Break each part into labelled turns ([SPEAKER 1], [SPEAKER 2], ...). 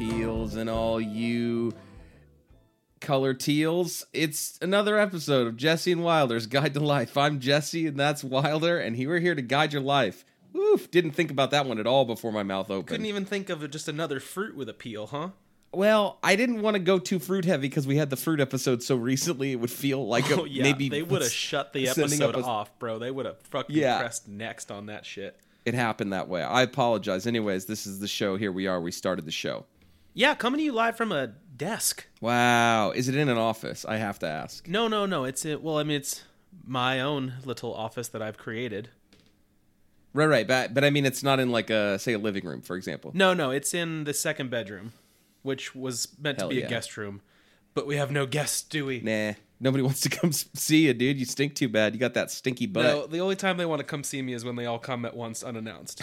[SPEAKER 1] and all you color teals. It's another episode of Jesse and Wilder's Guide to Life. I'm Jesse, and that's Wilder, and we're here to guide your life. Oof, didn't think about that one at all before my mouth opened.
[SPEAKER 2] Couldn't even think of just another fruit with a peel, huh?
[SPEAKER 1] Well, I didn't want to go too fruit heavy because we had the fruit episode so recently. It would feel like a,
[SPEAKER 2] Oh yeah,
[SPEAKER 1] maybe
[SPEAKER 2] they would have shut the
[SPEAKER 1] sending
[SPEAKER 2] episode
[SPEAKER 1] up a-
[SPEAKER 2] off, bro. They would have fucking
[SPEAKER 1] Yeah.
[SPEAKER 2] pressed next on that shit.
[SPEAKER 1] it happened that way. I apologize. Anyways, this is the show. Here we are. We started the show.
[SPEAKER 2] Yeah, coming to you live from a desk.
[SPEAKER 1] Wow, is it in an office? I have to ask.
[SPEAKER 2] No, no, no. It's it. Well, I mean, it's my own little office that I've created.
[SPEAKER 1] Right, right, but but I mean, it's not in like a say a living room, for example.
[SPEAKER 2] No, no. It's in the second bedroom, which was meant
[SPEAKER 1] Hell
[SPEAKER 2] to be
[SPEAKER 1] yeah.
[SPEAKER 2] a guest room, but we have no guests, do we?
[SPEAKER 1] Nah, nobody wants to come s- see you, dude. You stink too bad. You got that stinky butt.
[SPEAKER 2] No, the only time they want to come see me is when they all come at once unannounced.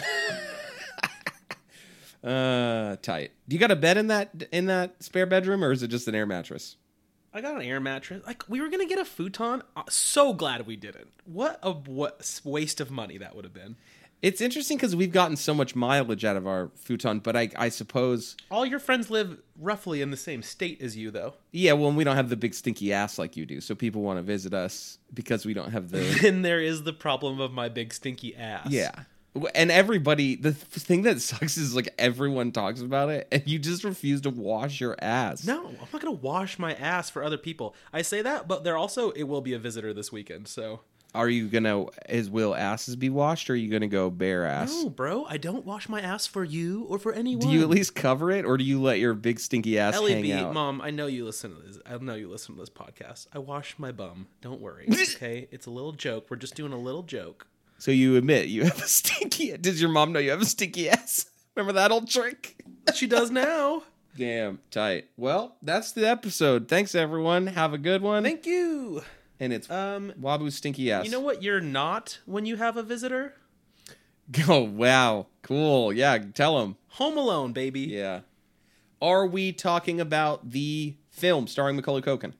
[SPEAKER 1] Uh, tight. Do you got a bed in that in that spare bedroom, or is it just an air mattress?
[SPEAKER 2] I got an air mattress. Like we were gonna get a futon. Uh, So glad we didn't. What a what waste of money that would have been.
[SPEAKER 1] It's interesting because we've gotten so much mileage out of our futon, but I I suppose
[SPEAKER 2] All your friends live roughly in the same state as you, though.
[SPEAKER 1] yeah. Well, we don't have the big stinky ass like you do, so people want to visit us because we don't have the
[SPEAKER 2] Then there is the problem of my big stinky ass.
[SPEAKER 1] yeah. W- And everybody, the th- thing that sucks is like everyone talks about it, and you just refuse to wash your ass.
[SPEAKER 2] No, I'm not gonna wash my ass for other people. I say that, but there also it will be a visitor this weekend. So
[SPEAKER 1] Are you gonna is will asses be washed, or are you gonna go bare ass?
[SPEAKER 2] no, bro, I don't wash my ass for you or for anyone.
[SPEAKER 1] Do you at least cover it, or do you let your big stinky ass
[SPEAKER 2] Ellie
[SPEAKER 1] hang
[SPEAKER 2] B,
[SPEAKER 1] out?
[SPEAKER 2] mom, I know you listen to this. I know you listen to this podcast. I wash my bum. Don't worry. Okay, it's a little joke. We're just doing a little joke.
[SPEAKER 1] So you admit you have a stinky. Does your mom know you have a stinky ass? Remember that old trick?
[SPEAKER 2] She does now.
[SPEAKER 1] Damn tight. Well, that's the episode. Thanks everyone. Have a good one.
[SPEAKER 2] Thank you.
[SPEAKER 1] and it's
[SPEAKER 2] Um,
[SPEAKER 1] Wabu's stinky ass.
[SPEAKER 2] you know what? You're not when you have a visitor.
[SPEAKER 1] Oh wow, cool. Yeah, tell him.
[SPEAKER 2] Home Alone, baby.
[SPEAKER 1] Yeah. Are we talking about the film starring Macaulay Culkin?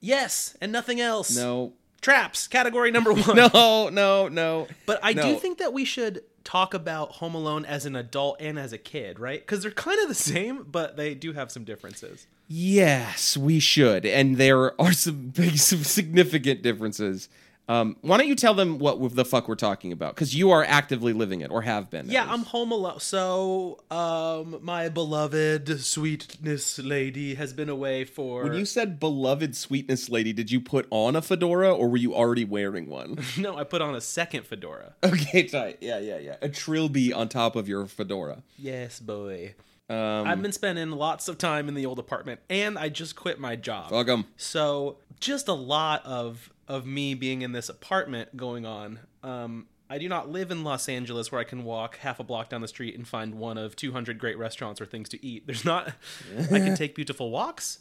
[SPEAKER 2] Yes, and nothing else.
[SPEAKER 1] No.
[SPEAKER 2] Traps, category number one.
[SPEAKER 1] No, no, no.
[SPEAKER 2] But I
[SPEAKER 1] No.
[SPEAKER 2] do think that we should talk about Home Alone as an adult and as a kid, right? Because they're kind of the same, but they do have some differences.
[SPEAKER 1] Yes, we should. And there are some big, some significant differences. Um, why don't you tell them what w- the fuck we're talking about? Because you are actively living it or have been. at
[SPEAKER 2] Yeah,
[SPEAKER 1] least.
[SPEAKER 2] I'm home alone. So, um, my beloved sweetness lady has been away for.
[SPEAKER 1] When you said beloved sweetness lady, did you put on a fedora or were you already wearing one?
[SPEAKER 2] No, I put on a second fedora.
[SPEAKER 1] okay, tight. Yeah, yeah, yeah. A trilby on top of your fedora.
[SPEAKER 2] yes, boy.
[SPEAKER 1] Um,
[SPEAKER 2] I've been spending lots of time in the old apartment, and I just quit my job.
[SPEAKER 1] fuck 'em.
[SPEAKER 2] So just a lot of of me being in this apartment going on. Um, I do not live in Los Angeles where I can walk half a block down the street and find one of 200 great restaurants or things to eat. There's not. I can take beautiful walks,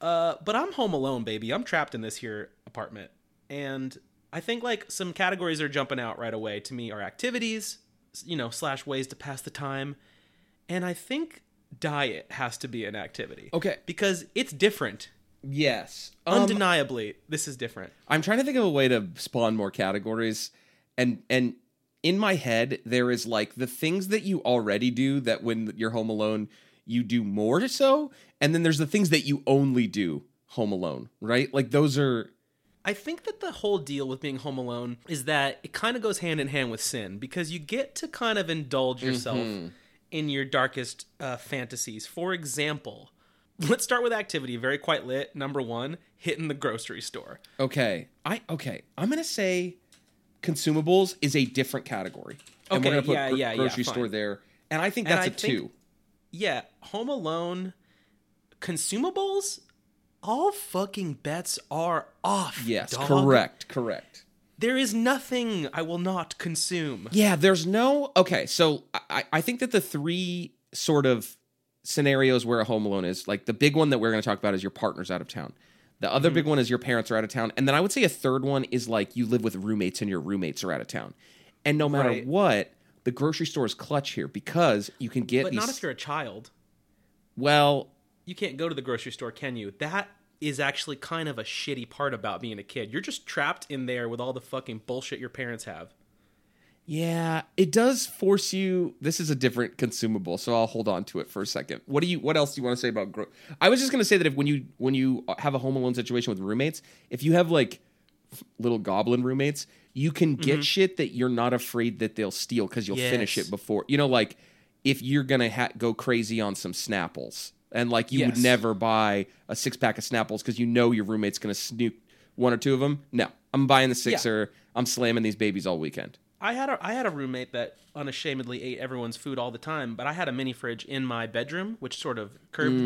[SPEAKER 2] uh, but I'm home alone, baby. I'm trapped in this here apartment, and I think like some categories are jumping out right away to me are activities, you know, slash ways to pass the time, and I think diet has to be an activity.
[SPEAKER 1] Okay.
[SPEAKER 2] because it's different
[SPEAKER 1] Yes. Um,
[SPEAKER 2] undeniably this is different
[SPEAKER 1] I'm trying to think of a way to spawn more categories and and in my head there is like the things that you already do that when you're home alone you do more so and then there's the things that you only do home alone, right? Like those are
[SPEAKER 2] i think that the whole deal with being home alone is that it kind of goes hand in hand with sin because you get to kind of indulge yourself
[SPEAKER 1] Mm-hmm.
[SPEAKER 2] in your darkest uh, fantasies for example let's start with activity very quite lit number one hitting the grocery store
[SPEAKER 1] okay. I okay, I'm going to say consumables is a different category. and we're
[SPEAKER 2] Okay,
[SPEAKER 1] going to put
[SPEAKER 2] yeah,
[SPEAKER 1] gro-
[SPEAKER 2] yeah, yeah,
[SPEAKER 1] grocery
[SPEAKER 2] fine.
[SPEAKER 1] store there. And I think
[SPEAKER 2] And
[SPEAKER 1] that's a
[SPEAKER 2] I
[SPEAKER 1] 2.
[SPEAKER 2] think- yeah home alone consumables all fucking bets are off
[SPEAKER 1] Yes,
[SPEAKER 2] dog.
[SPEAKER 1] correct, correct.
[SPEAKER 2] there is nothing i will not consume
[SPEAKER 1] Yeah, there's no okay. So I- I, I think that the three sort of scenarios where a home alone is like the big one that we're going to talk about is your partner's out of town. The
[SPEAKER 2] Mm-hmm.
[SPEAKER 1] other big one is your parents are out of town, and then I would say a third one is like you live with roommates and your roommates are out of town. And no matter
[SPEAKER 2] Right.
[SPEAKER 1] what, the grocery store is clutch here because you can get
[SPEAKER 2] but
[SPEAKER 1] these.
[SPEAKER 2] not if you're a child
[SPEAKER 1] well,
[SPEAKER 2] you can't go to the grocery store, can you? That is actually kind of a shitty part about being a kid. You're just trapped in there with all the fucking bullshit your parents have.
[SPEAKER 1] Yeah, it does force you. This is a different consumable, so I'll hold on to it for a second. What do you? What else do you want to say about growth? I was just gonna say that if when you when you have a home alone situation with roommates, if you have like f- little goblin roommates, you can get shit that you're not afraid that they'll steal because you'll finish
[SPEAKER 2] Mm-hmm. Yes.
[SPEAKER 1] it before. You know, like if you're gonna ha- go crazy on some Snapples, and like you would
[SPEAKER 2] Yes.
[SPEAKER 1] never buy a six pack of Snapples because you know your roommate's gonna snoop one or two of them. No, I'm buying the sixer. I'm slamming these babies all weekend.
[SPEAKER 2] I had a I had a roommate that unashamedly ate everyone's food all the time, but I had a mini fridge in my bedroom, which sort of curbed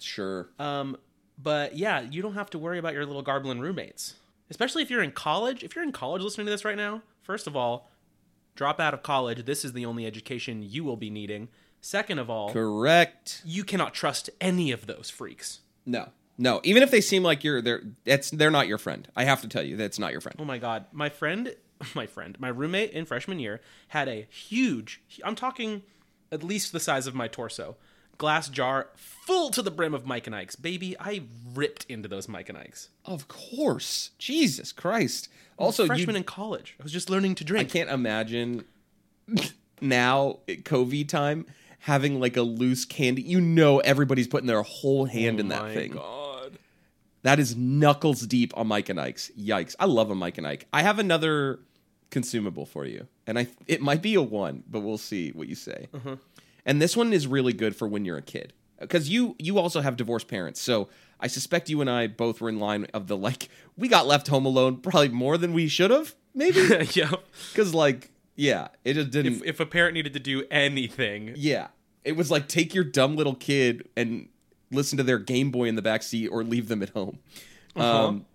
[SPEAKER 1] Sure.
[SPEAKER 2] that. Um, but yeah, you don't have to worry about your little Garblin roommates, especially if you're in college. If you're in college listening to this right now, first of all, drop out of college. This is the only education you will be needing. Second of all,
[SPEAKER 1] Correct.
[SPEAKER 2] you cannot trust any of those freaks.
[SPEAKER 1] No. No. Even if they seem like you're they're that's they're not your friend. I have to tell you, that's not your friend.
[SPEAKER 2] Oh my god, my friend, my friend, my roommate in freshman year had a huge, I'm talking at least the size of my torso, glass jar full to the brim of Mike and Ike's. Baby, I ripped into those Mike and Ike's.
[SPEAKER 1] Of course. Jesus Christ. Also,
[SPEAKER 2] Freshman
[SPEAKER 1] you
[SPEAKER 2] in college, I was just learning to
[SPEAKER 1] I
[SPEAKER 2] drink.
[SPEAKER 1] can't imagine now at COVID time having like a loose candy. You know everybody's putting their whole
[SPEAKER 2] Oh
[SPEAKER 1] hand in that thing.
[SPEAKER 2] god.
[SPEAKER 1] That is knuckles deep on Mike and Ike's. Yikes. I love a Mike and Ike. I have another consumable for you. And I it might be a one, but we'll see what you say. And this one is really good for when you're a kid. Cuz you you also have divorced parents. So I suspect you and I both were in line of the like we got left home alone probably more than we should have, maybe
[SPEAKER 2] yeah.
[SPEAKER 1] cuz like yeah, it just didn't
[SPEAKER 2] If, if a parent needed to do anything,
[SPEAKER 1] yeah. It was like take your dumb little kid and listen to their Game Boy in the backseat or leave them at home.
[SPEAKER 2] Uh-huh.
[SPEAKER 1] Um,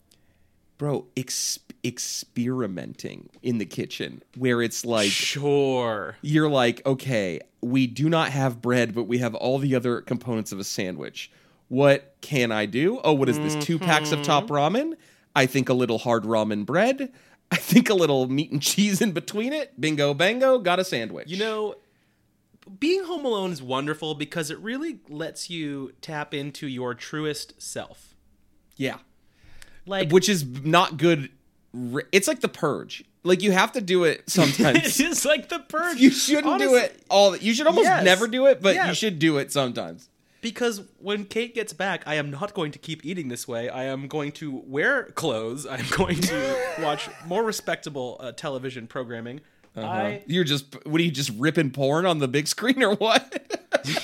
[SPEAKER 1] bro, ex- experimenting in the kitchen where it's like
[SPEAKER 2] sure.
[SPEAKER 1] you're like, okay, we do not have bread, but we have all the other components of a sandwich. What can I do? Oh, what is this? Two packs of
[SPEAKER 2] Mm-hmm.
[SPEAKER 1] top ramen? I think a little hard ramen bread. I think a little meat and cheese in between it. Bingo, bango, got a sandwich.
[SPEAKER 2] You know, being home alone is wonderful because it really lets you tap into your truest self.
[SPEAKER 1] yeah.
[SPEAKER 2] Like
[SPEAKER 1] which is not good. r- It's like the purge. Like you have to do it
[SPEAKER 2] it
[SPEAKER 1] sometimes.
[SPEAKER 2] is like the purge.
[SPEAKER 1] you shouldn't do
[SPEAKER 2] Honestly,
[SPEAKER 1] it all. You should almost
[SPEAKER 2] Yes.
[SPEAKER 1] never do it, but you
[SPEAKER 2] Yes.
[SPEAKER 1] should do it sometimes.
[SPEAKER 2] because when Kate gets back, I am not going to keep eating this way. I am going to wear clothes. I'm going to watch more respectable uh, television programming.
[SPEAKER 1] Uh-huh.
[SPEAKER 2] I
[SPEAKER 1] You're just what are you just ripping porn on the big screen or what?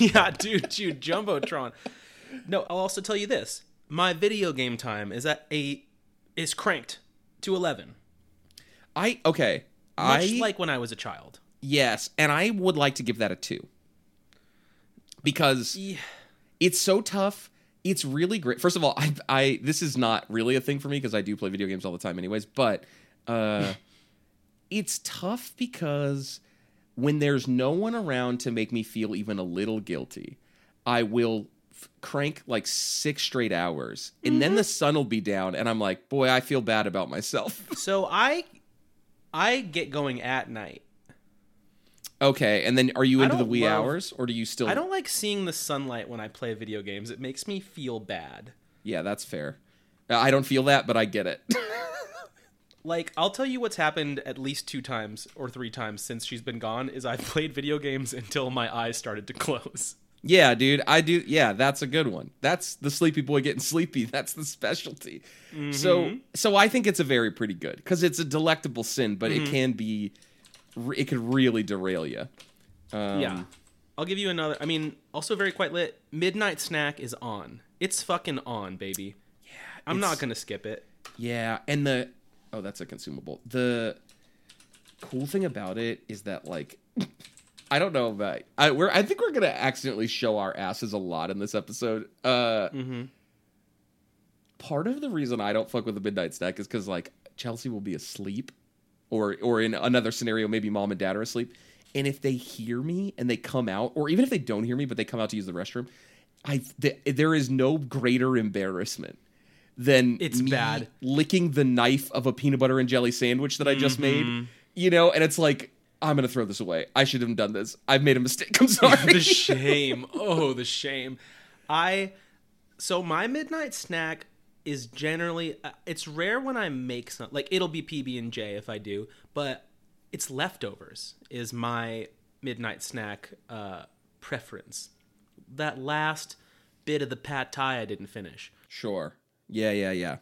[SPEAKER 2] yeah, dude, you jumbotron. No, I'll also tell you this: my video game time is at a is cranked to eleven,
[SPEAKER 1] I okay.
[SPEAKER 2] much
[SPEAKER 1] I
[SPEAKER 2] like when I was a child.
[SPEAKER 1] yes, and I would like to give that a two because it's so tough. It's really great. First of all, I, I this is not really a thing for me because I do play video games all the time, anyways. But uh, it's tough because when there's no one around to make me feel even a little guilty, I will f- crank like six straight hours, and then
[SPEAKER 2] Mm-hmm.
[SPEAKER 1] the sun will be down, and I'm like, boy, I feel bad about myself.
[SPEAKER 2] So I I get going at night.
[SPEAKER 1] okay, and then are you into the
[SPEAKER 2] don't
[SPEAKER 1] wee
[SPEAKER 2] love-
[SPEAKER 1] hours, or do you still?
[SPEAKER 2] I don't like seeing the sunlight when I play video games. It makes me feel bad.
[SPEAKER 1] Yeah, that's fair. I don't feel that, but I get it.
[SPEAKER 2] Like, I'll tell you what's happened at least two times or three times since she's been gone is I've played video games until my eyes started to close.
[SPEAKER 1] Yeah, dude, I do. Yeah, that's a good one. That's the sleepy boy getting sleepy. That's the specialty. So, so I think it's a very pretty good because it's a delectable sin, but it can be, re- it could really derail you. Um,
[SPEAKER 2] yeah. I'll give you another. I mean, also very quite lit. Midnight Snack is on. It's fucking on, baby. Yeah. I'm
[SPEAKER 1] it's-
[SPEAKER 2] not going to skip it.
[SPEAKER 1] yeah, and the oh, that's a consumable. The cool thing about it is that like. I don't know about I we're I think we're gonna accidentally show our asses a lot in this episode. Uh
[SPEAKER 2] Mm-hmm.
[SPEAKER 1] part of the reason I don't fuck with the midnight snack is because like Chelsea will be asleep, or or in another scenario, maybe mom and dad are asleep, and if they hear me and they come out, or even if they don't hear me but they come out to use the restroom, I th- there is no greater embarrassment than
[SPEAKER 2] It's
[SPEAKER 1] me
[SPEAKER 2] bad.
[SPEAKER 1] licking the knife of a peanut butter and jelly sandwich that I just
[SPEAKER 2] Mm-hmm.
[SPEAKER 1] made, you know, and it's like. I'm gonna throw this away. I should have done this. I've made a mistake. I'm sorry.
[SPEAKER 2] the shame. Oh, the shame. I so my midnight snack is generally uh, it's rare when I make some like it'll be PB and J if I do, but it's leftovers is my midnight snack uh, preference. That last bit of the pad thai I didn't finish,
[SPEAKER 1] Sure. Yeah, yeah, yeah.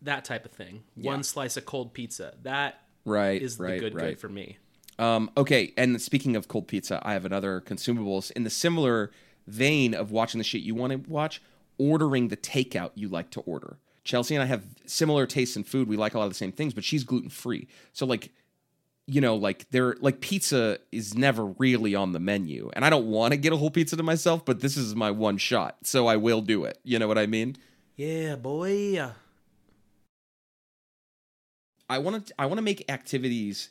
[SPEAKER 2] that type of thing. One slice of cold pizza. That
[SPEAKER 1] Right.
[SPEAKER 2] is
[SPEAKER 1] right,
[SPEAKER 2] the good
[SPEAKER 1] right.
[SPEAKER 2] good for me.
[SPEAKER 1] Um, okay, and speaking of cold pizza, I have another consumables in the similar vein of watching the shit you want to watch, ordering the takeout you like to order. Chelsea and I have similar tastes in food. We like a lot of the same things, but she's gluten free. So like, you know, like there, like pizza is never really on the menu, and I don't want to get a whole pizza to myself, but this is my one shot, so I will do it. You know what I mean?
[SPEAKER 2] Yeah, boy.
[SPEAKER 1] I want to, I want to make activities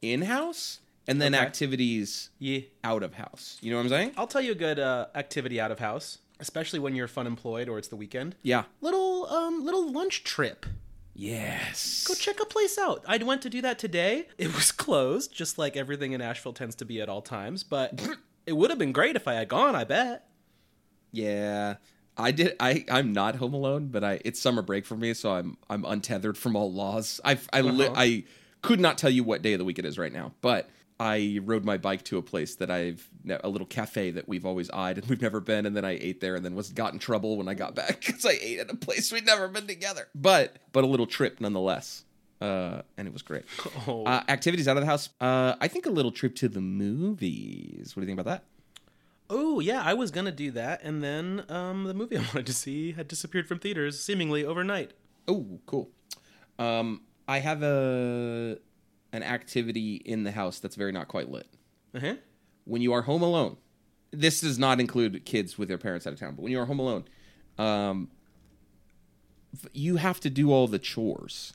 [SPEAKER 1] in house and then
[SPEAKER 2] Okay.
[SPEAKER 1] activities
[SPEAKER 2] Yeah.
[SPEAKER 1] out of house. You know what I'm saying?
[SPEAKER 2] I'll tell you a good uh, activity out of house, especially when you're fun employed or it's the weekend.
[SPEAKER 1] Yeah.
[SPEAKER 2] Little um little lunch trip.
[SPEAKER 1] Yes.
[SPEAKER 2] Go check a place out. I went to do that today. It was closed, just like everything in Asheville tends to be at all times, but it would have been great if I had gone, I bet.
[SPEAKER 1] Yeah. I did I I'm not home alone, but I it's summer break for me, so I'm I'm untethered from all laws. I I li-
[SPEAKER 2] Uh-huh.
[SPEAKER 1] I could not tell you what day of the week it is right now, but I rode my bike to a place that I've ne- a little cafe that we've always eyed and we've never been, and then I ate there and then was got in trouble when I got back because I ate at a place we'd never been together. But but a little trip nonetheless, uh, and it was great.
[SPEAKER 2] Oh.
[SPEAKER 1] Uh, activities out of the house. Uh, I think a little trip to the movies. What do you think about that?
[SPEAKER 2] Oh, yeah, I was going to do that and then um the movie I wanted to see had disappeared from theaters seemingly overnight.
[SPEAKER 1] Oh, cool. Um, I have a an activity in the house that's very not quite lit.
[SPEAKER 2] Uh-huh.
[SPEAKER 1] When you are home alone, this does not include kids with their parents out of town. But when you are home alone, um, f- you have to do all the chores.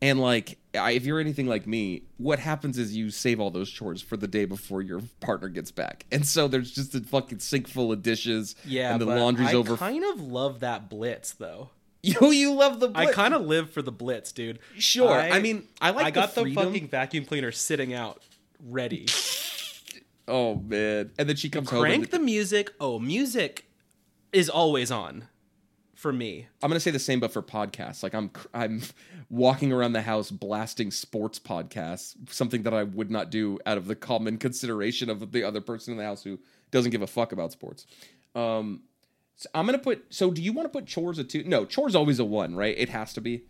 [SPEAKER 1] And like, I, if you're anything like me, what happens is you save all those chores for the day before your partner gets back, and so there's just a fucking sink full of dishes.
[SPEAKER 2] Yeah,
[SPEAKER 1] and the
[SPEAKER 2] but
[SPEAKER 1] laundry's
[SPEAKER 2] I
[SPEAKER 1] over.
[SPEAKER 2] kind of love that blitz though.
[SPEAKER 1] Yo, you love the.
[SPEAKER 2] I
[SPEAKER 1] blit-
[SPEAKER 2] kind of live for the blitz, dude.
[SPEAKER 1] Sure. I mean, I like
[SPEAKER 2] I
[SPEAKER 1] the
[SPEAKER 2] got the,
[SPEAKER 1] freedom.
[SPEAKER 2] fucking vacuum cleaner sitting out ready.
[SPEAKER 1] Oh man! And then she comes home. and
[SPEAKER 2] Crank the music. Oh, music is always on for me.
[SPEAKER 1] I'm gonna say the same, but for podcasts. Like I'm, cr- I'm walking around the house blasting sports podcasts, something that I would not do out of the common consideration of the other person in the house who doesn't give a fuck about sports. Um, so I'm gonna put. So do you want to put chores a two? No, chores always a one, right? It has to be.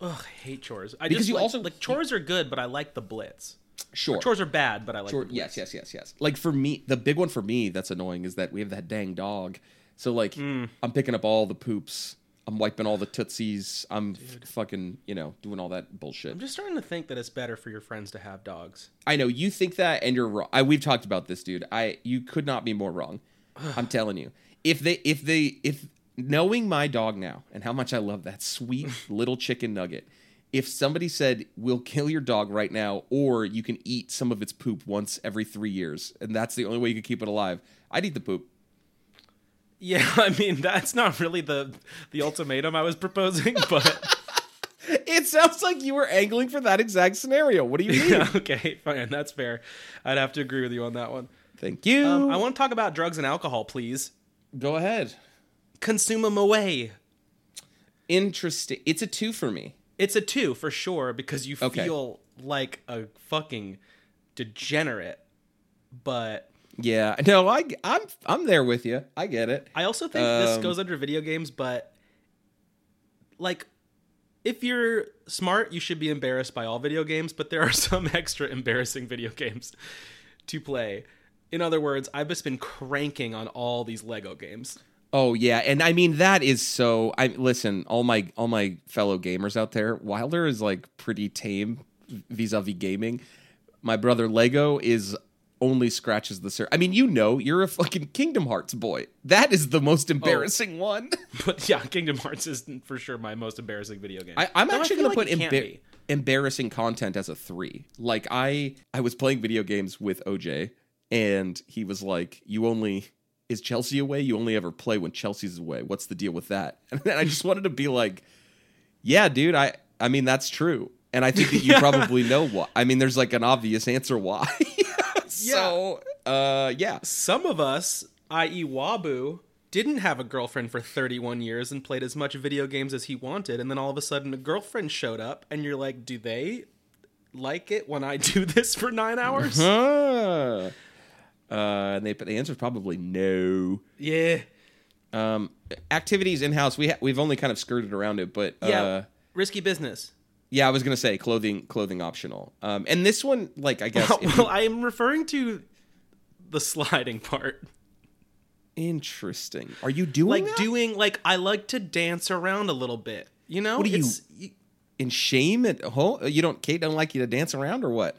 [SPEAKER 2] Ugh, I hate chores. I
[SPEAKER 1] Because
[SPEAKER 2] just
[SPEAKER 1] you
[SPEAKER 2] like,
[SPEAKER 1] also-
[SPEAKER 2] like chores are good, but I like the blitz.
[SPEAKER 1] Sure.
[SPEAKER 2] Chores are bad, but I like
[SPEAKER 1] Sure,
[SPEAKER 2] the
[SPEAKER 1] yes,
[SPEAKER 2] blitz.
[SPEAKER 1] yes, yes, yes. Like for me, the big one for me that's annoying is that we have that dang dog. So like,
[SPEAKER 2] Hmm.
[SPEAKER 1] I'm picking up all the poops. I'm wiping all the tootsies. I'm f- fucking, you know, doing all that bullshit.
[SPEAKER 2] I'm just starting to think that it's better for your friends to have dogs.
[SPEAKER 1] I know you think that, and you're wrong. I, we've talked about this, dude. I you could not be more wrong. I'm telling you. If they, if they, if knowing my dog now and how much I love that sweet little chicken nugget, if somebody said we'll kill your dog right now, or you can eat some of its poop once every three years, and that's the only way you could keep it alive, I'd eat the poop.
[SPEAKER 2] Yeah, I mean that's not really the the ultimatum I was proposing, but
[SPEAKER 1] It sounds like you were angling for that exact scenario. What do you mean?
[SPEAKER 2] yeah, okay, fine, that's fair. I'd have to agree with you on that one.
[SPEAKER 1] Thank you.
[SPEAKER 2] Um, I want to talk about drugs and alcohol, please.
[SPEAKER 1] Go ahead.
[SPEAKER 2] Consume them away.
[SPEAKER 1] Interesting. It's a two for me.
[SPEAKER 2] It's a two for sure because you
[SPEAKER 1] Okay.
[SPEAKER 2] feel like a fucking degenerate. But
[SPEAKER 1] Yeah. No, I, I'm, I'm there with you. I get it.
[SPEAKER 2] I also think this
[SPEAKER 1] Um,
[SPEAKER 2] goes under video games, but like if you're smart, you should be embarrassed by all video games, but there are some extra embarrassing video games to play. In other words, I've just been cranking on all these Lego games.
[SPEAKER 1] Oh yeah, and I mean that is so. I listen, all my all my fellow gamers out there. Wilder is like pretty tame vis-a-vis gaming. My brother Lego is only scratches the surface. I mean, you know, you're a fucking Kingdom Hearts boy. That is the most embarrassing one.
[SPEAKER 2] But yeah, Kingdom Hearts is for sure my most embarrassing video game.
[SPEAKER 1] I, I'm
[SPEAKER 2] Though I
[SPEAKER 1] actually
[SPEAKER 2] feel
[SPEAKER 1] gonna put
[SPEAKER 2] like it can't
[SPEAKER 1] embar-
[SPEAKER 2] be.
[SPEAKER 1] embarrassing content as a three. Like I I was playing video games with OJ, and he was like, "You only." Is Chelsea away? You only ever play when Chelsea's away. What's the deal with that? And then I just wanted to be like, yeah, dude, I I mean that's true. And I think that you probably know why. I mean, there's like an obvious answer why. so uh yeah.
[SPEAKER 2] Some of us, i.e., Wabu, didn't have a girlfriend for 31 years and played as much video games as he wanted, and then all of a sudden a girlfriend showed up, and you're like, do they like it when I do this for nine
[SPEAKER 1] Mm-hmm.
[SPEAKER 2] hours?
[SPEAKER 1] Huh. Uh, and they, but the answer is probably no.
[SPEAKER 2] Yeah.
[SPEAKER 1] Um, activities in house, we ha- we've only kind of skirted around it, but uh,
[SPEAKER 2] Yeah. risky business.
[SPEAKER 1] yeah, I was gonna say clothing, clothing optional. Um, and this one, like, I guess, if
[SPEAKER 2] well, I am referring to the sliding part.
[SPEAKER 1] you- interesting. Are you doing
[SPEAKER 2] Like
[SPEAKER 1] that?
[SPEAKER 2] doing like I like to dance around a little bit. You know?
[SPEAKER 1] What do you-
[SPEAKER 2] you
[SPEAKER 1] in shame at home? You don't, Kate, don't like you to dance around or what?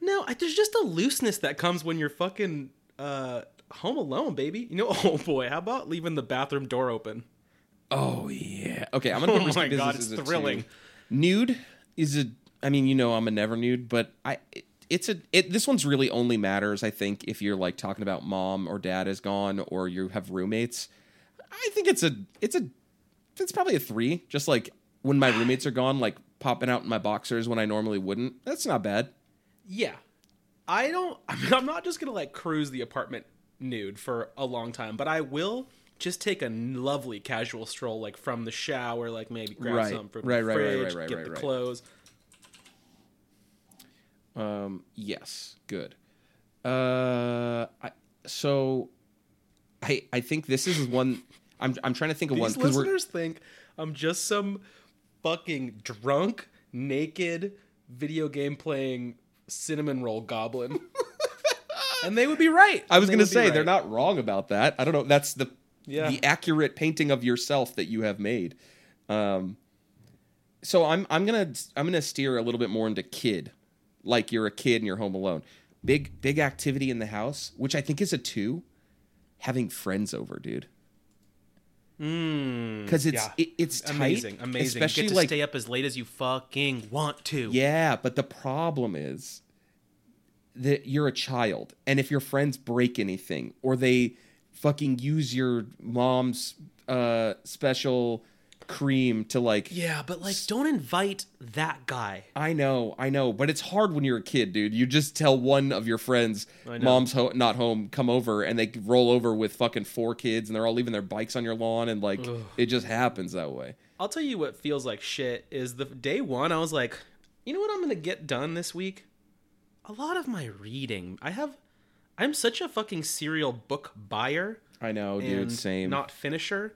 [SPEAKER 2] No, I, there's just a looseness that comes when you're fucking uh, home alone, baby. You know, oh boy, how about leaving the bathroom door open?
[SPEAKER 1] Oh yeah. Okay, I'm gonna.
[SPEAKER 2] Oh
[SPEAKER 1] put risky
[SPEAKER 2] my God,
[SPEAKER 1] business as
[SPEAKER 2] it's
[SPEAKER 1] a two.
[SPEAKER 2] thrilling.
[SPEAKER 1] Nude is a. I mean, you know, I'm a never nude, but I. It, it's a. It, this one's really only matters, I think, if you're like talking about mom or dad is gone or you have roommates. I think it's a. It's a. It's probably a three. Just like when my roommates are gone, like popping out in my boxers when I normally wouldn't. That's not bad.
[SPEAKER 2] Yeah, I don't. I mean, I'm not just gonna like cruise the apartment nude for a long time, but I will just take a lovely casual stroll, like from the shower, like maybe grab
[SPEAKER 1] Right,
[SPEAKER 2] some from
[SPEAKER 1] right,
[SPEAKER 2] the
[SPEAKER 1] right, right,
[SPEAKER 2] fridge,
[SPEAKER 1] right, right,
[SPEAKER 2] get
[SPEAKER 1] right,
[SPEAKER 2] the
[SPEAKER 1] right.
[SPEAKER 2] clothes.
[SPEAKER 1] Um, yes, good. Uh, I, so, I I think this is one. I'm I'm trying to think of one
[SPEAKER 2] These
[SPEAKER 1] 'cause we're-
[SPEAKER 2] listeners think I'm just some fucking drunk, naked, video game playing cinnamon roll goblin. and they would be right.
[SPEAKER 1] I was
[SPEAKER 2] They
[SPEAKER 1] gonna
[SPEAKER 2] would be
[SPEAKER 1] say they're
[SPEAKER 2] right.
[SPEAKER 1] not wrong about that. I don't know. That's the
[SPEAKER 2] Yeah.
[SPEAKER 1] the accurate painting of yourself that you have made. Um, so I'm I'm gonna I'm gonna steer a little bit more into kid, like you're a kid and you're home alone. Big big activity in the house, which I think is a two. Having friends over, dude. Because it's
[SPEAKER 2] Hmm. yeah.
[SPEAKER 1] it, it's tight,
[SPEAKER 2] amazing, amazing.
[SPEAKER 1] Especially
[SPEAKER 2] Get to
[SPEAKER 1] like
[SPEAKER 2] stay up as late as you fucking want to.
[SPEAKER 1] yeah, but the problem is that you're a child, and if your friends break anything or they fucking use your mom's uh, special cream to like,
[SPEAKER 2] Yeah, but like don't invite that guy.
[SPEAKER 1] I know, I know, but it's hard when you're a kid, dude. You just tell one of your friends,
[SPEAKER 2] I know.
[SPEAKER 1] mom's ho- not home, come over, and they roll over with fucking four kids, and they're all leaving their bikes on your lawn, and like it just happens that way.
[SPEAKER 2] I'll tell you what feels like shit is the day one I was like, you know what I'm gonna get done this week? A lot of my reading. I have I'm such a fucking serial book buyer
[SPEAKER 1] I know, dude.
[SPEAKER 2] and
[SPEAKER 1] Same.
[SPEAKER 2] not finisher.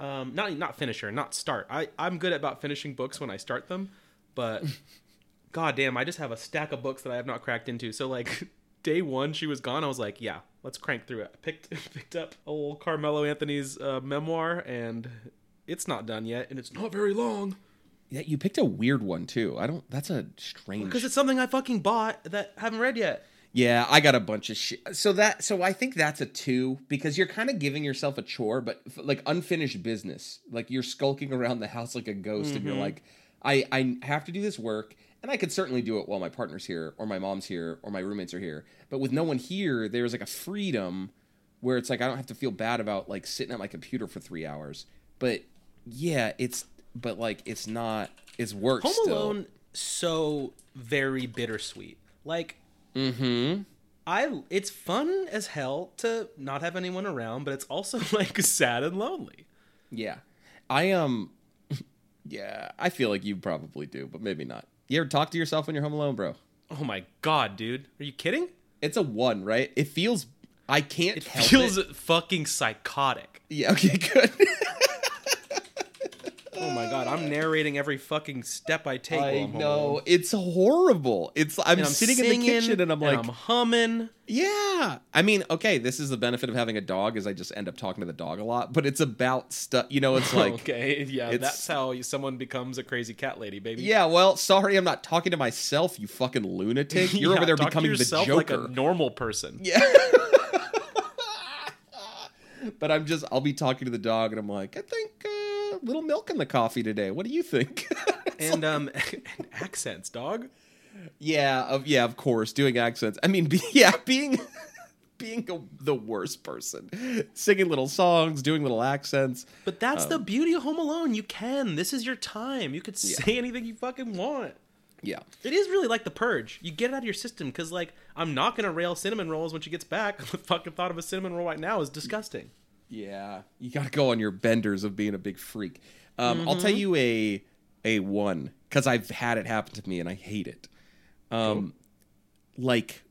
[SPEAKER 2] Um not not finisher, not start. I, I'm good about finishing books when I start them, but god damn, I just have a stack of books that I have not cracked into. So like day one she was gone, I was like, yeah, let's crank through it. I picked picked up old Carmelo Anthony's uh, memoir and it's not done yet, and it's not very long.
[SPEAKER 1] yeah, you picked a weird one too. I don't. That's a strange.
[SPEAKER 2] Because it's something I fucking bought that I haven't read yet.
[SPEAKER 1] Yeah, I got a bunch of shit. So that so I think that's a 2 because you're kind of giving yourself a chore but f- like unfinished business. Like you're skulking around the house like a ghost and you're
[SPEAKER 2] Mm-hmm.
[SPEAKER 1] like I I have to do this work and I could certainly do it while my partner's here or my mom's here or my roommates are here. But with no one here, there's like a freedom where it's like I don't have to feel bad about like sitting at my computer for 3 hours. But yeah, it's but like it's not it's work
[SPEAKER 2] Home
[SPEAKER 1] still.
[SPEAKER 2] Alone so very bittersweet. Like Mm-hmm. I it's fun as hell to not have anyone around, but it's also like sad and lonely.
[SPEAKER 1] Yeah. I am. Um, yeah, I feel like you probably do, but maybe not. You ever talk to yourself when you're home alone, bro?
[SPEAKER 2] Oh my god, dude. Are you kidding?
[SPEAKER 1] It's a one, right? It feels. I can't.
[SPEAKER 2] It
[SPEAKER 1] help
[SPEAKER 2] feels
[SPEAKER 1] It.
[SPEAKER 2] fucking psychotic.
[SPEAKER 1] Yeah. Okay. Good.
[SPEAKER 2] Oh my god, I'm narrating every fucking step I take. while
[SPEAKER 1] I
[SPEAKER 2] I'm home alone.
[SPEAKER 1] know it's horrible. It's. I'm,
[SPEAKER 2] And I'm
[SPEAKER 1] sitting in
[SPEAKER 2] singing,
[SPEAKER 1] the kitchen and I'm like,
[SPEAKER 2] I'm humming.
[SPEAKER 1] yeah. I mean, okay. This is the benefit of having a dog is I just end up talking to the dog a lot, but it's about stuff. You know, it's like.
[SPEAKER 2] okay, yeah,
[SPEAKER 1] it's-
[SPEAKER 2] that's how you- someone becomes a crazy cat lady, baby.
[SPEAKER 1] Yeah, well, sorry, I'm not talking to myself, you fucking lunatic. You're
[SPEAKER 2] Yeah,
[SPEAKER 1] over there
[SPEAKER 2] talk to
[SPEAKER 1] becoming the
[SPEAKER 2] yourself
[SPEAKER 1] Joker.
[SPEAKER 2] like a normal person.
[SPEAKER 1] Yeah. but I'm just, I'll be talking to the dog and I'm like, I think uh, little milk in the coffee today. What do you think?
[SPEAKER 2] and um and accents, dog.
[SPEAKER 1] yeah. Of, yeah, of course. Doing accents. I mean, be, yeah, being. Being a, the worst person, singing little songs, doing little accents.
[SPEAKER 2] But that's the beauty of Home Alone. You can. This is your time. You could say anything you fucking want.
[SPEAKER 1] Yeah,
[SPEAKER 2] It is really like the purge. You get it out of your system because, like, I'm not gonna rail cinnamon rolls when she gets back. The fucking thought of a cinnamon roll right now is disgusting.
[SPEAKER 1] yeah. You got to go on your benders of being a big freak. Um, I'll tell you a a one because I've had it happen to me and I hate it. Um, like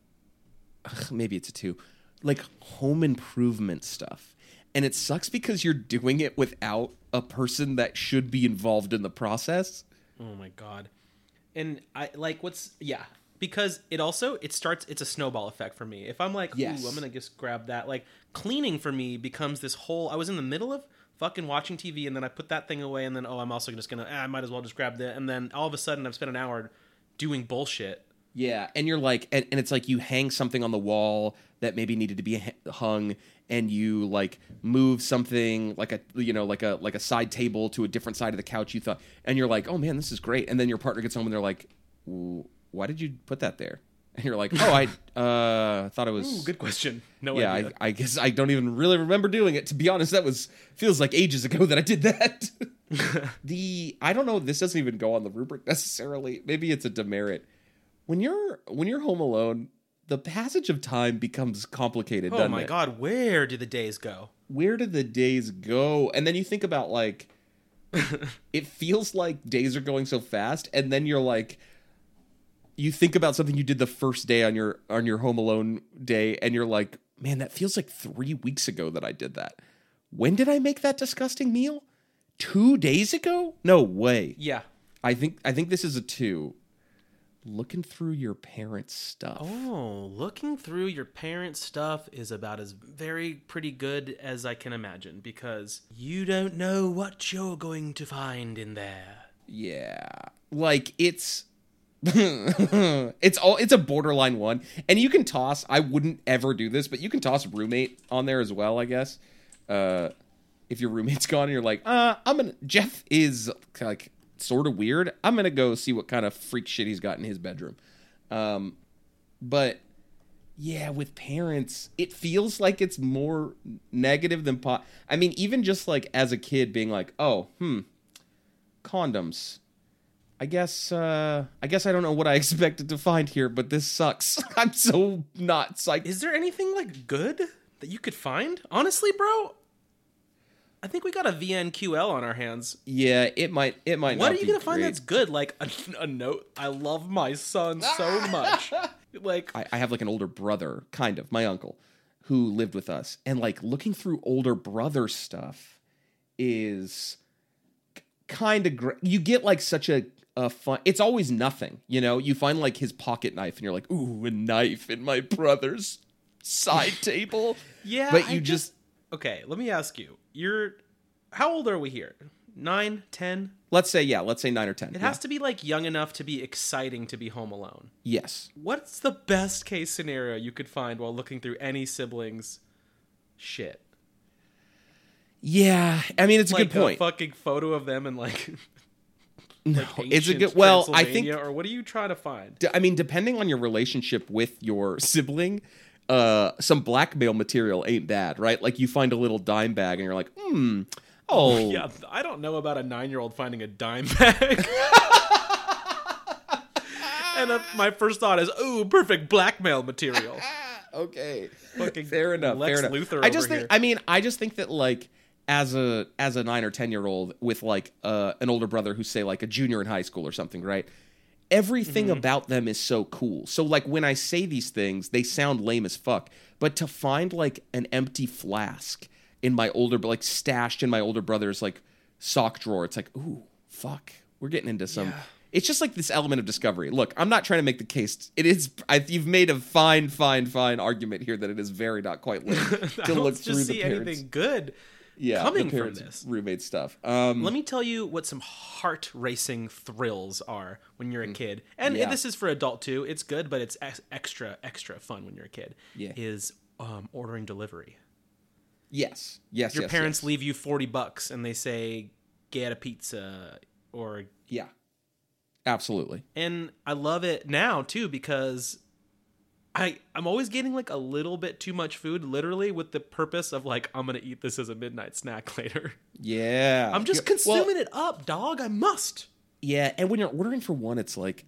[SPEAKER 1] ugh, maybe it's a two, like home improvement stuff, and it sucks because you're doing it without a person that should be involved in the process.
[SPEAKER 2] Oh my god. And I like what's yeah because it also it starts it's a snowball effect for me. If I'm like,
[SPEAKER 1] Yes.
[SPEAKER 2] ooh, I'm gonna just grab that. Like cleaning for me becomes this whole. I was in the middle of fucking watching TV and then I put that thing away and then oh, I'm also just gonna. Ah, I might as well just grab that. And then all of a sudden I've spent an hour doing bullshit.
[SPEAKER 1] Yeah, and you're like, and, and it's like you hang something on the wall that maybe needed to be h- hung, and you like move something like a you know like a like a side table to a different side of the couch you thought, and you're like, oh man, this is great, and then your partner gets home and they're like, "W- why did you put that there? And you're like, oh, I uh, thought it was
[SPEAKER 2] Ooh, good question. No
[SPEAKER 1] yeah,
[SPEAKER 2] idea.
[SPEAKER 1] I, I guess I don't even really remember doing it. To be honest, that was feels like ages ago that I did that. the I don't know. This doesn't even go on the rubric necessarily. Maybe it's a demerit. When you're when you're home alone, the passage of time becomes complicated.
[SPEAKER 2] oh
[SPEAKER 1] doesn't
[SPEAKER 2] my
[SPEAKER 1] it?
[SPEAKER 2] god, where do the days go?
[SPEAKER 1] where do the days go? And then you think about like it feels like days are going so fast, and then you're like you think about something you did the first day on your on your home alone day, and you're like, man, that feels like three weeks ago that I did that. When did I make that disgusting meal? Two days ago? No way.
[SPEAKER 2] Yeah.
[SPEAKER 1] I think I think this is a two. Looking through your parents' stuff.
[SPEAKER 2] Oh, looking through your parents' stuff is about as very pretty good as I can imagine because you don't know what you're going to find in there.
[SPEAKER 1] Yeah. Like it's it's all it's a borderline one. And you can toss I wouldn't ever do this, but you can toss roommate on there as well, I guess. Uh if your roommate's gone and you're like, uh, I'm gonna Jeff is like sort of weird. I'm gonna go see what kind of freak shit he's got in his bedroom. Um but yeah, with parents, it feels like it's more negative than pot. I mean, even just like as a kid being like, "Oh, hmm, condoms. I guess uh I guess I don't know what I expected to find here, but this sucks. I'm so not psyched.
[SPEAKER 2] Is there anything like good that you could find? Honestly, bro, I think we got a VNQL on our hands.
[SPEAKER 1] Yeah, it might it might
[SPEAKER 2] What
[SPEAKER 1] not
[SPEAKER 2] are you
[SPEAKER 1] be
[SPEAKER 2] gonna find
[SPEAKER 1] great.
[SPEAKER 2] that's good? Like a, a note. I love my son so much. Like
[SPEAKER 1] I, I have like an older brother, kind of, my uncle, who lived with us. And like looking through older brother stuff is kind of great. You get like such a, a fun, it's always nothing, you know? You find like his pocket knife and you're like, ooh, a knife in my brother's side table.
[SPEAKER 2] Yeah,
[SPEAKER 1] But
[SPEAKER 2] I
[SPEAKER 1] you just-
[SPEAKER 2] okay. Let me ask you. You're how old are we here? Nine, ten?
[SPEAKER 1] Let's say, yeah, let's say nine or 10.
[SPEAKER 2] It
[SPEAKER 1] yeah.
[SPEAKER 2] has to be like young enough to be exciting to be home alone.
[SPEAKER 1] Yes.
[SPEAKER 2] What's the best case scenario you could find while looking through any siblings' shit?
[SPEAKER 1] Yeah, I mean it's a
[SPEAKER 2] like
[SPEAKER 1] good point.
[SPEAKER 2] A fucking photo of them and like,
[SPEAKER 1] no,
[SPEAKER 2] like
[SPEAKER 1] it's a
[SPEAKER 2] ancient
[SPEAKER 1] good. Well, I think.
[SPEAKER 2] Pennsylvania, or what are you trying to find?
[SPEAKER 1] d- I mean, depending on your relationship with your sibling, uh, some blackmail material ain't bad, right? Like you find a little dime bag and you're like, hmm, oh,
[SPEAKER 2] Yeah, I don't know about a nine-year-old finding a dime bag. and uh, my first thought is, ooh, perfect blackmail material.
[SPEAKER 1] okay,
[SPEAKER 2] Fucking
[SPEAKER 1] fair enough,
[SPEAKER 2] Lex
[SPEAKER 1] fair enough.
[SPEAKER 2] Luthor
[SPEAKER 1] I just
[SPEAKER 2] over
[SPEAKER 1] think.
[SPEAKER 2] here.
[SPEAKER 1] I mean, I just think that like as a as a nine or ten year old with like uh, an older brother who's say like a junior in high school or something, right? Everything about them is so cool. So like when I say these things, they sound lame as fuck. But to find like an empty flask in my older like stashed in my older brother's like sock drawer, it's like ooh fuck, we're getting into some. It's just like this element of discovery. Look, I'm not trying to make the case. It is I, you've made a fine, fine, fine argument here that it is very not quite lame
[SPEAKER 2] I
[SPEAKER 1] to
[SPEAKER 2] don't
[SPEAKER 1] look
[SPEAKER 2] just
[SPEAKER 1] through
[SPEAKER 2] see
[SPEAKER 1] the parents,
[SPEAKER 2] anything good.
[SPEAKER 1] yeah,
[SPEAKER 2] coming
[SPEAKER 1] the
[SPEAKER 2] from
[SPEAKER 1] parents'
[SPEAKER 2] this.
[SPEAKER 1] roommate stuff. Um,
[SPEAKER 2] Let me tell you what some heart racing thrills are when you're a kid. And
[SPEAKER 1] Mm. Yeah.
[SPEAKER 2] this is for adult too. It's good, but it's ex- extra extra fun when you're a kid.
[SPEAKER 1] Yeah.
[SPEAKER 2] Is um, ordering delivery.
[SPEAKER 1] yes, yes,
[SPEAKER 2] Your
[SPEAKER 1] yes,
[SPEAKER 2] parents
[SPEAKER 1] yes.
[SPEAKER 2] leave you 40 bucks and they say get a pizza or
[SPEAKER 1] yeah, absolutely.
[SPEAKER 2] and I love it now too because I I'm always getting like a little bit too much food literally with the purpose of like I'm going to eat this as a midnight snack later.
[SPEAKER 1] Yeah,
[SPEAKER 2] I'm just
[SPEAKER 1] Yeah, well,
[SPEAKER 2] consuming it up, dog. I must.
[SPEAKER 1] Yeah, and when you're ordering for one, it's like,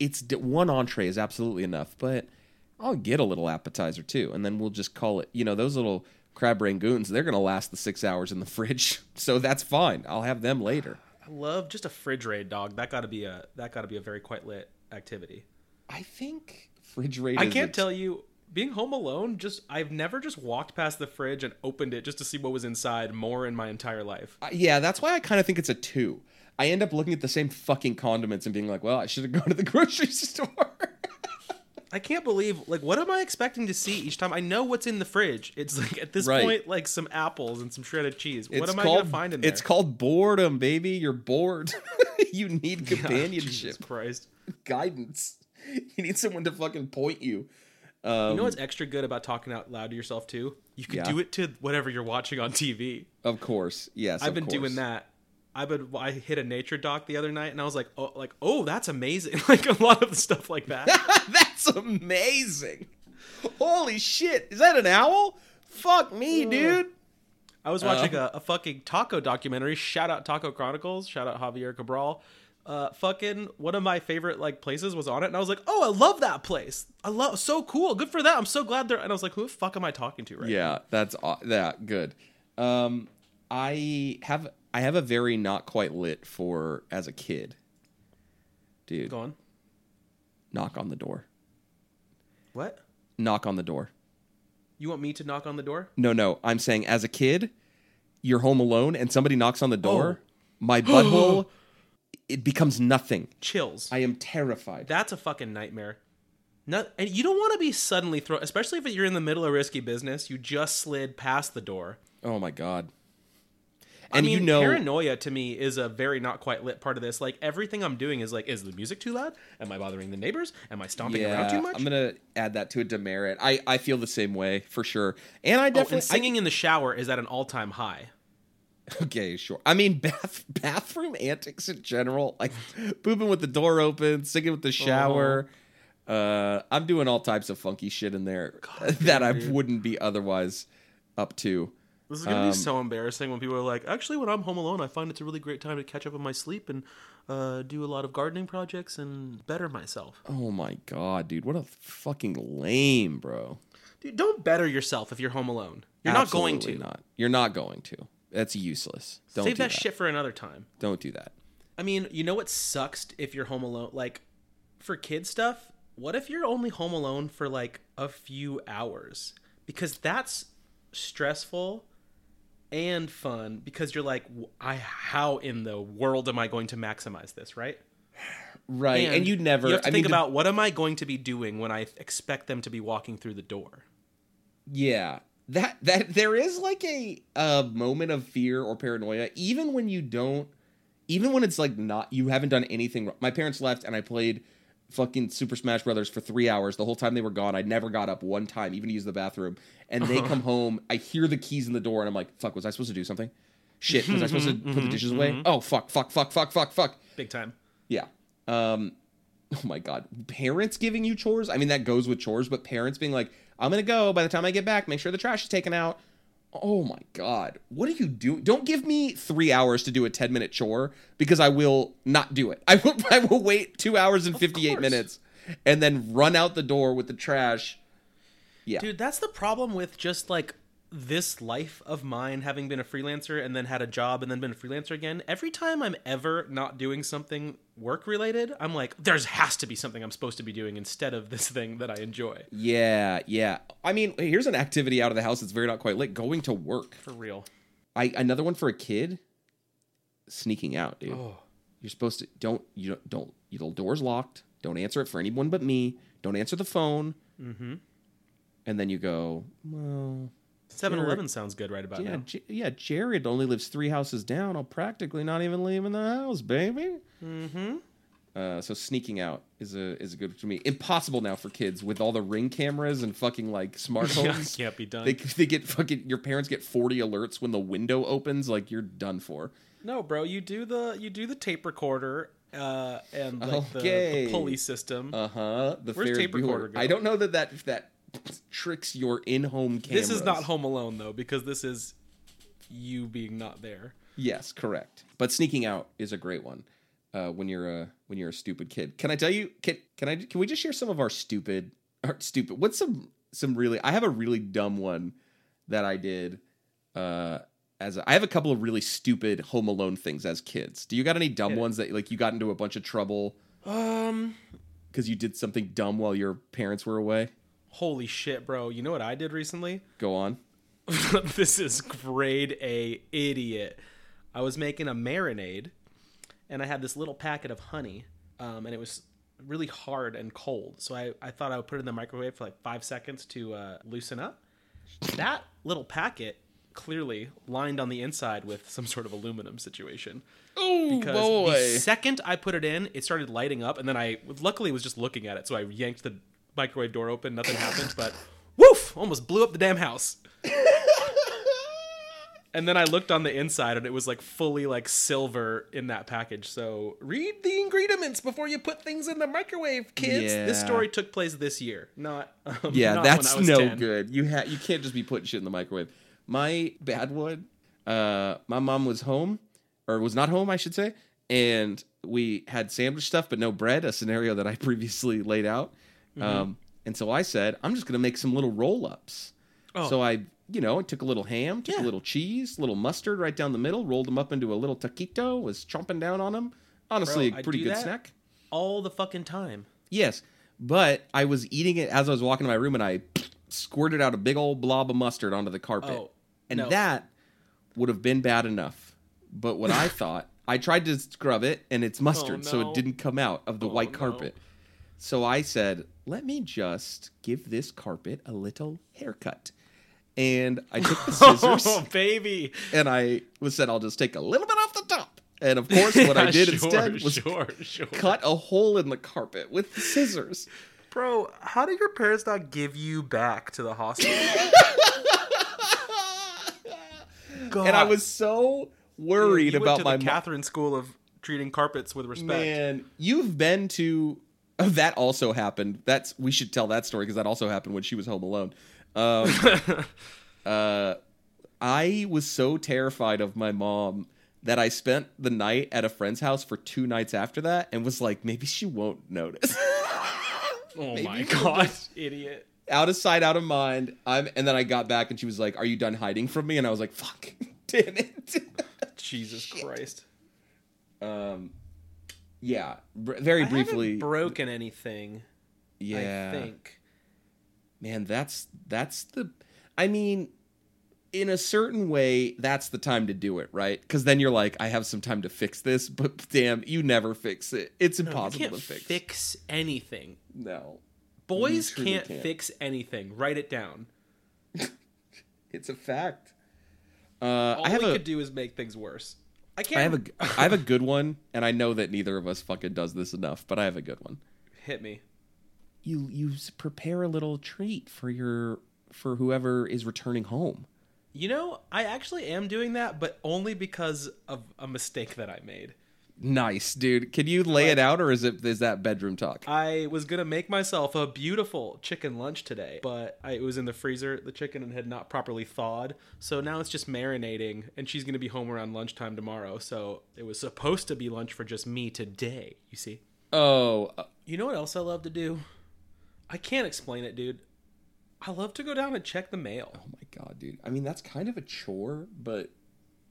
[SPEAKER 1] it's d- one entree is absolutely enough, but I'll get a little appetizer too, and then we'll just call it. You know, those little crab rangoons, they're gonna last the six hours in the fridge, so that's fine. I'll have them later.
[SPEAKER 2] I love just a fridge raid, dog. That gotta be a that gotta be a very quite lit activity.
[SPEAKER 1] I think refrigerator.
[SPEAKER 2] I
[SPEAKER 1] is
[SPEAKER 2] can't
[SPEAKER 1] a-
[SPEAKER 2] tell you. Being home alone, just I've never just walked past the fridge and opened it just to see what was inside more in my entire life.
[SPEAKER 1] Uh, yeah, that's why I kind of think it's a two. I end up looking at the same fucking condiments and being like, well, I should have gone to the grocery store.
[SPEAKER 2] I can't believe like what am I expecting to see each time? I know what's in the fridge. It's like at this
[SPEAKER 1] Right.
[SPEAKER 2] point like some apples and some shredded cheese.
[SPEAKER 1] It's
[SPEAKER 2] what am I
[SPEAKER 1] called-
[SPEAKER 2] gonna find in there?
[SPEAKER 1] It's called boredom, baby. You're bored. you need
[SPEAKER 2] God, Jesus
[SPEAKER 1] companionship,
[SPEAKER 2] Christ.
[SPEAKER 1] guidance. You need someone to fucking point you. Um,
[SPEAKER 2] You know what's extra good about talking out loud to yourself too? You can
[SPEAKER 1] Yeah.
[SPEAKER 2] do it to whatever you're watching on TV.
[SPEAKER 1] of course, yes.
[SPEAKER 2] I've
[SPEAKER 1] of
[SPEAKER 2] been doing
[SPEAKER 1] course.
[SPEAKER 2] that. I've been I hit a nature doc the other night and I was like, oh, like oh, that's amazing. Like a lot of the stuff like that.
[SPEAKER 1] That's amazing. Holy shit. Is that an owl? Fuck me, dude.
[SPEAKER 2] I was watching
[SPEAKER 1] Uh-huh.
[SPEAKER 2] a, a fucking taco documentary. Shout out Taco Chronicles. Shout out Javier Cabral. Uh, fucking one of my favorite like places was on it, and I was like, oh, I love that place. I love so cool. Good for that. I'm so glad they're. And I was like, who the fuck am I talking to right?
[SPEAKER 1] Yeah, that's aw- that good. Um I have I have a very not quite lit for as a kid. Dude,
[SPEAKER 2] Go on.
[SPEAKER 1] knock on the door.
[SPEAKER 2] What?
[SPEAKER 1] Knock on the door.
[SPEAKER 2] You want me to knock on the door?
[SPEAKER 1] No, no, I'm saying as a kid, you're home alone and somebody knocks on the door,
[SPEAKER 2] Oh.
[SPEAKER 1] my butthole it becomes nothing.
[SPEAKER 2] Chills.
[SPEAKER 1] I am terrified.
[SPEAKER 2] That's a fucking nightmare. Not, and you don't want to be suddenly thrown, especially if you're in the middle of risky business. You just slid past the door.
[SPEAKER 1] oh my god. And
[SPEAKER 2] I mean,
[SPEAKER 1] you know
[SPEAKER 2] paranoia to me is a very not quite lit part of this. Like everything I'm doing is like, is the music too loud? Am I bothering the neighbors? Am I stomping around too much?
[SPEAKER 1] I'm gonna add that to a demerit. I I feel the same way for sure, and I
[SPEAKER 2] oh,
[SPEAKER 1] definitely
[SPEAKER 2] and singing in the shower is at an all time high.
[SPEAKER 1] I- okay, sure. I mean, bath bathroom antics in general, like pooping with the door open, singing with the shower. uh
[SPEAKER 2] Oh.
[SPEAKER 1] I'm doing all types of funky shit in there that I wouldn't be otherwise up to.
[SPEAKER 2] This is gonna
[SPEAKER 1] Um,
[SPEAKER 2] be so embarrassing when people are like, actually, when I'm home alone, I find it's a really great time to catch up on my sleep and uh, do a lot of gardening projects and better myself.
[SPEAKER 1] Oh my god, dude, what a fucking lame, bro.
[SPEAKER 2] Dude, don't better yourself if you're home alone. You're not going
[SPEAKER 1] Absolutely
[SPEAKER 2] to.
[SPEAKER 1] Not. You're not going to. That's useless. Don't
[SPEAKER 2] Save
[SPEAKER 1] do
[SPEAKER 2] that, shit for another time.
[SPEAKER 1] Don't do that.
[SPEAKER 2] I mean, you know what sucks if you're home alone? Like, for kid stuff, what if you're only home alone for like a few hours? Because that's stressful and fun because you're like, "W- I how in the world am I going to maximize this, right?
[SPEAKER 1] Right, and, you never.
[SPEAKER 2] you have to
[SPEAKER 1] I
[SPEAKER 2] think
[SPEAKER 1] mean, the-
[SPEAKER 2] about what am I going to be doing when I expect them to be walking through the door.
[SPEAKER 1] Yeah. That that there is like a a moment of fear or paranoia even when you don't even when it's like not you haven't done anything wrong. My parents left and I played fucking Super Smash Brothers for 3 hours. The whole time they were gone, I never got up one time even to use the bathroom. And they come home, I hear the keys in the door and I'm like, "Fuck, was I supposed to do something?" Shit, was I supposed to put the dishes away? Oh, fuck, fuck, fuck, fuck, fuck, fuck.
[SPEAKER 2] Big time.
[SPEAKER 1] Yeah. Um oh my god. Parents giving you chores? I mean that goes with chores, but parents being like, "I'm going to go by the time I get back, make sure the trash is taken out." Oh my god. What are you doing? Don't give me 3 hours to do a 10-minute chore because I will not do it. I will I will wait 2 hours and 58
[SPEAKER 2] course.
[SPEAKER 1] minutes and then run out the door with the trash. Yeah.
[SPEAKER 2] Dude, that's the problem with just like this life of mine having been a freelancer and then had a job and then been a freelancer again. Every time I'm ever not doing something work related, I'm like, there's has to be something I'm supposed to be doing instead of this thing that I enjoy.
[SPEAKER 1] Yeah, yeah. I mean, here's an activity out of the house that's very not quite lit, going to work.
[SPEAKER 2] For real.
[SPEAKER 1] I another one for a kid sneaking out, dude.
[SPEAKER 2] Oh.
[SPEAKER 1] You're supposed to don't you don't, don't you the door's locked. Don't answer it for anyone but me. Don't answer the phone.
[SPEAKER 2] Mm-hmm.
[SPEAKER 1] And then you go, well,
[SPEAKER 2] 7 Eleven sounds good right about
[SPEAKER 1] yeah,
[SPEAKER 2] now.
[SPEAKER 1] J- yeah. Jared only lives three houses down. I'll practically not even leave in the house, baby.
[SPEAKER 2] Mm-hmm.
[SPEAKER 1] Uh, so sneaking out is a is a good to me. Impossible now for kids with all the ring cameras and fucking like smart homes.
[SPEAKER 2] can't be done.
[SPEAKER 1] They, they get fucking your parents get 40 alerts when the window opens like you're done for
[SPEAKER 2] No, bro, you do the you do the tape recorder uh and like the- the,
[SPEAKER 1] Okay.
[SPEAKER 2] pulley system.
[SPEAKER 1] Uh huh. The
[SPEAKER 2] Where's
[SPEAKER 1] Ferris
[SPEAKER 2] tape
[SPEAKER 1] Bueller.
[SPEAKER 2] recorder go?
[SPEAKER 1] I don't know that that that tricks your in-home cameras.
[SPEAKER 2] this is not home alone though because this is you being not there.
[SPEAKER 1] Yes, correct. But sneaking out is a great one. Uh, when you're a when you're a stupid kid. Can I tell you? Can can I? Can we just share some of our stupid? Our stupid. What's some some really? I have a really dumb one that I did. Uh, as a, I have a couple of really stupid Home Alone things as kids. Do you got any dumb
[SPEAKER 2] Hit it.
[SPEAKER 1] ones that like you got into a bunch of trouble?
[SPEAKER 2] Um,
[SPEAKER 1] because you did something dumb while your parents were away?
[SPEAKER 2] Holy shit, bro. You know what I did recently?
[SPEAKER 1] Go on.
[SPEAKER 2] this is grade A idiot. I was making a marinade and I had this little packet of honey um, and it was really hard and cold. So I, I thought I would put it in the microwave for like five seconds to uh, loosen up. That little packet clearly lined on the inside with some sort of aluminum situation.
[SPEAKER 1] Oh
[SPEAKER 2] Because the second I put it in, it started lighting up, and then I luckily was just looking at it, so I yanked the microwave door open. Nothing happened, but woof! Almost blew up the damn house. and then I looked on the inside, and it was like fully like silver in that package. So read the ingredients before you put things in the microwave, kids. This
[SPEAKER 1] Yeah.
[SPEAKER 2] story took place this year, not um,
[SPEAKER 1] Yeah,
[SPEAKER 2] not when I
[SPEAKER 1] that's
[SPEAKER 2] was
[SPEAKER 1] no
[SPEAKER 2] 10.
[SPEAKER 1] good. You ha- you can't just be putting shit in the microwave. My bad one. Uh, my mom was home, or was not home, I should say, and we had sandwich stuff but no bread. A scenario that I previously laid out.
[SPEAKER 2] Mm-hmm.
[SPEAKER 1] Um, and so I said, I'm just gonna make some little roll ups.
[SPEAKER 2] Oh.
[SPEAKER 1] So I, you know, I took a little ham, took
[SPEAKER 2] Yeah.
[SPEAKER 1] a little cheese, a little mustard right down the middle, rolled them up into a little taquito, was chomping down on them. Honestly,
[SPEAKER 2] Bro, I
[SPEAKER 1] a pretty
[SPEAKER 2] do
[SPEAKER 1] good
[SPEAKER 2] that.
[SPEAKER 1] snack.
[SPEAKER 2] All the fucking time.
[SPEAKER 1] Yes, but I was eating it as I was walking to my room, and I squirted out a big old blob of mustard onto the carpet,
[SPEAKER 2] Oh,
[SPEAKER 1] and
[SPEAKER 2] no.
[SPEAKER 1] that would have been bad enough. But what I thought, I tried to scrub it, and it's mustard, so
[SPEAKER 2] Oh, no. Oh,
[SPEAKER 1] it didn't come out of the white
[SPEAKER 2] no.
[SPEAKER 1] carpet. So I said, "Let me just give this carpet a little haircut." And I took the scissors
[SPEAKER 2] Oh, baby.
[SPEAKER 1] and I was said, "I'll just take a little bit off the top." And of course, what I
[SPEAKER 2] Yeah,
[SPEAKER 1] did
[SPEAKER 2] sure,
[SPEAKER 1] instead was
[SPEAKER 2] sure, sure.
[SPEAKER 1] cut a hole in the carpet with the scissors.
[SPEAKER 2] Bro, how did your parents not give you back to the hospital? God.
[SPEAKER 1] and I was so
[SPEAKER 2] You
[SPEAKER 1] worried
[SPEAKER 2] went
[SPEAKER 1] about
[SPEAKER 2] to
[SPEAKER 1] my
[SPEAKER 2] the
[SPEAKER 1] mo-
[SPEAKER 2] Catherine School of treating carpets with respect.
[SPEAKER 1] man. You've been to oh, that also happened. That's we should tell that story because that also happened when she was home alone. Um, uh, I was so terrified of my mom that I spent the night at a friend's house for two nights after that and was like, maybe she won't notice.
[SPEAKER 2] oh
[SPEAKER 1] Maybe
[SPEAKER 2] my
[SPEAKER 1] you
[SPEAKER 2] god, idiot.
[SPEAKER 1] out of sight, out of mind. I'm, and then I got back and she was like, "Are you done hiding from me?" And I was like, "Fuck, damn it."
[SPEAKER 2] Jesus Christ.
[SPEAKER 1] um, yeah, br- very
[SPEAKER 2] I
[SPEAKER 1] briefly.
[SPEAKER 2] haven't broken anything,
[SPEAKER 1] yeah,
[SPEAKER 2] I think.
[SPEAKER 1] man, that's that's the. I mean, in a certain way, that's the time to do it, right? Because then you're like, I have some time to fix this, but damn, you never fix it. It's
[SPEAKER 2] you
[SPEAKER 1] impossible
[SPEAKER 2] can't
[SPEAKER 1] to fix.
[SPEAKER 2] fix anything.
[SPEAKER 1] no,
[SPEAKER 2] Boys
[SPEAKER 1] truly
[SPEAKER 2] can't,
[SPEAKER 1] can't.
[SPEAKER 2] fix anything. Write it down.
[SPEAKER 1] it's a fact. Uh,
[SPEAKER 2] All
[SPEAKER 1] I have
[SPEAKER 2] we
[SPEAKER 1] a.
[SPEAKER 2] could do is make things worse. I can't
[SPEAKER 1] I have a g- I have a good one, and I know that neither of us fucking does this enough, but I have a good one.
[SPEAKER 2] hit me.
[SPEAKER 1] You you s- prepare a little treat for your for whoever is returning home.
[SPEAKER 2] You know, I actually am doing that, but only because of a mistake that I made.
[SPEAKER 1] Nice, dude. Can you lay it out, or is it is that bedroom talk?
[SPEAKER 2] I was gonna make myself a beautiful chicken lunch today, but I, it was in the freezer, the chicken, had not properly thawed. So now it's just marinating, and she's gonna be home around lunchtime tomorrow. So it was supposed to be lunch for just me today, you see?
[SPEAKER 1] oh, uh,
[SPEAKER 2] You know what else I love to do? I can't explain it, dude. I love to go down and check the mail.
[SPEAKER 1] oh my god, dude. I mean, that's kind of a chore, but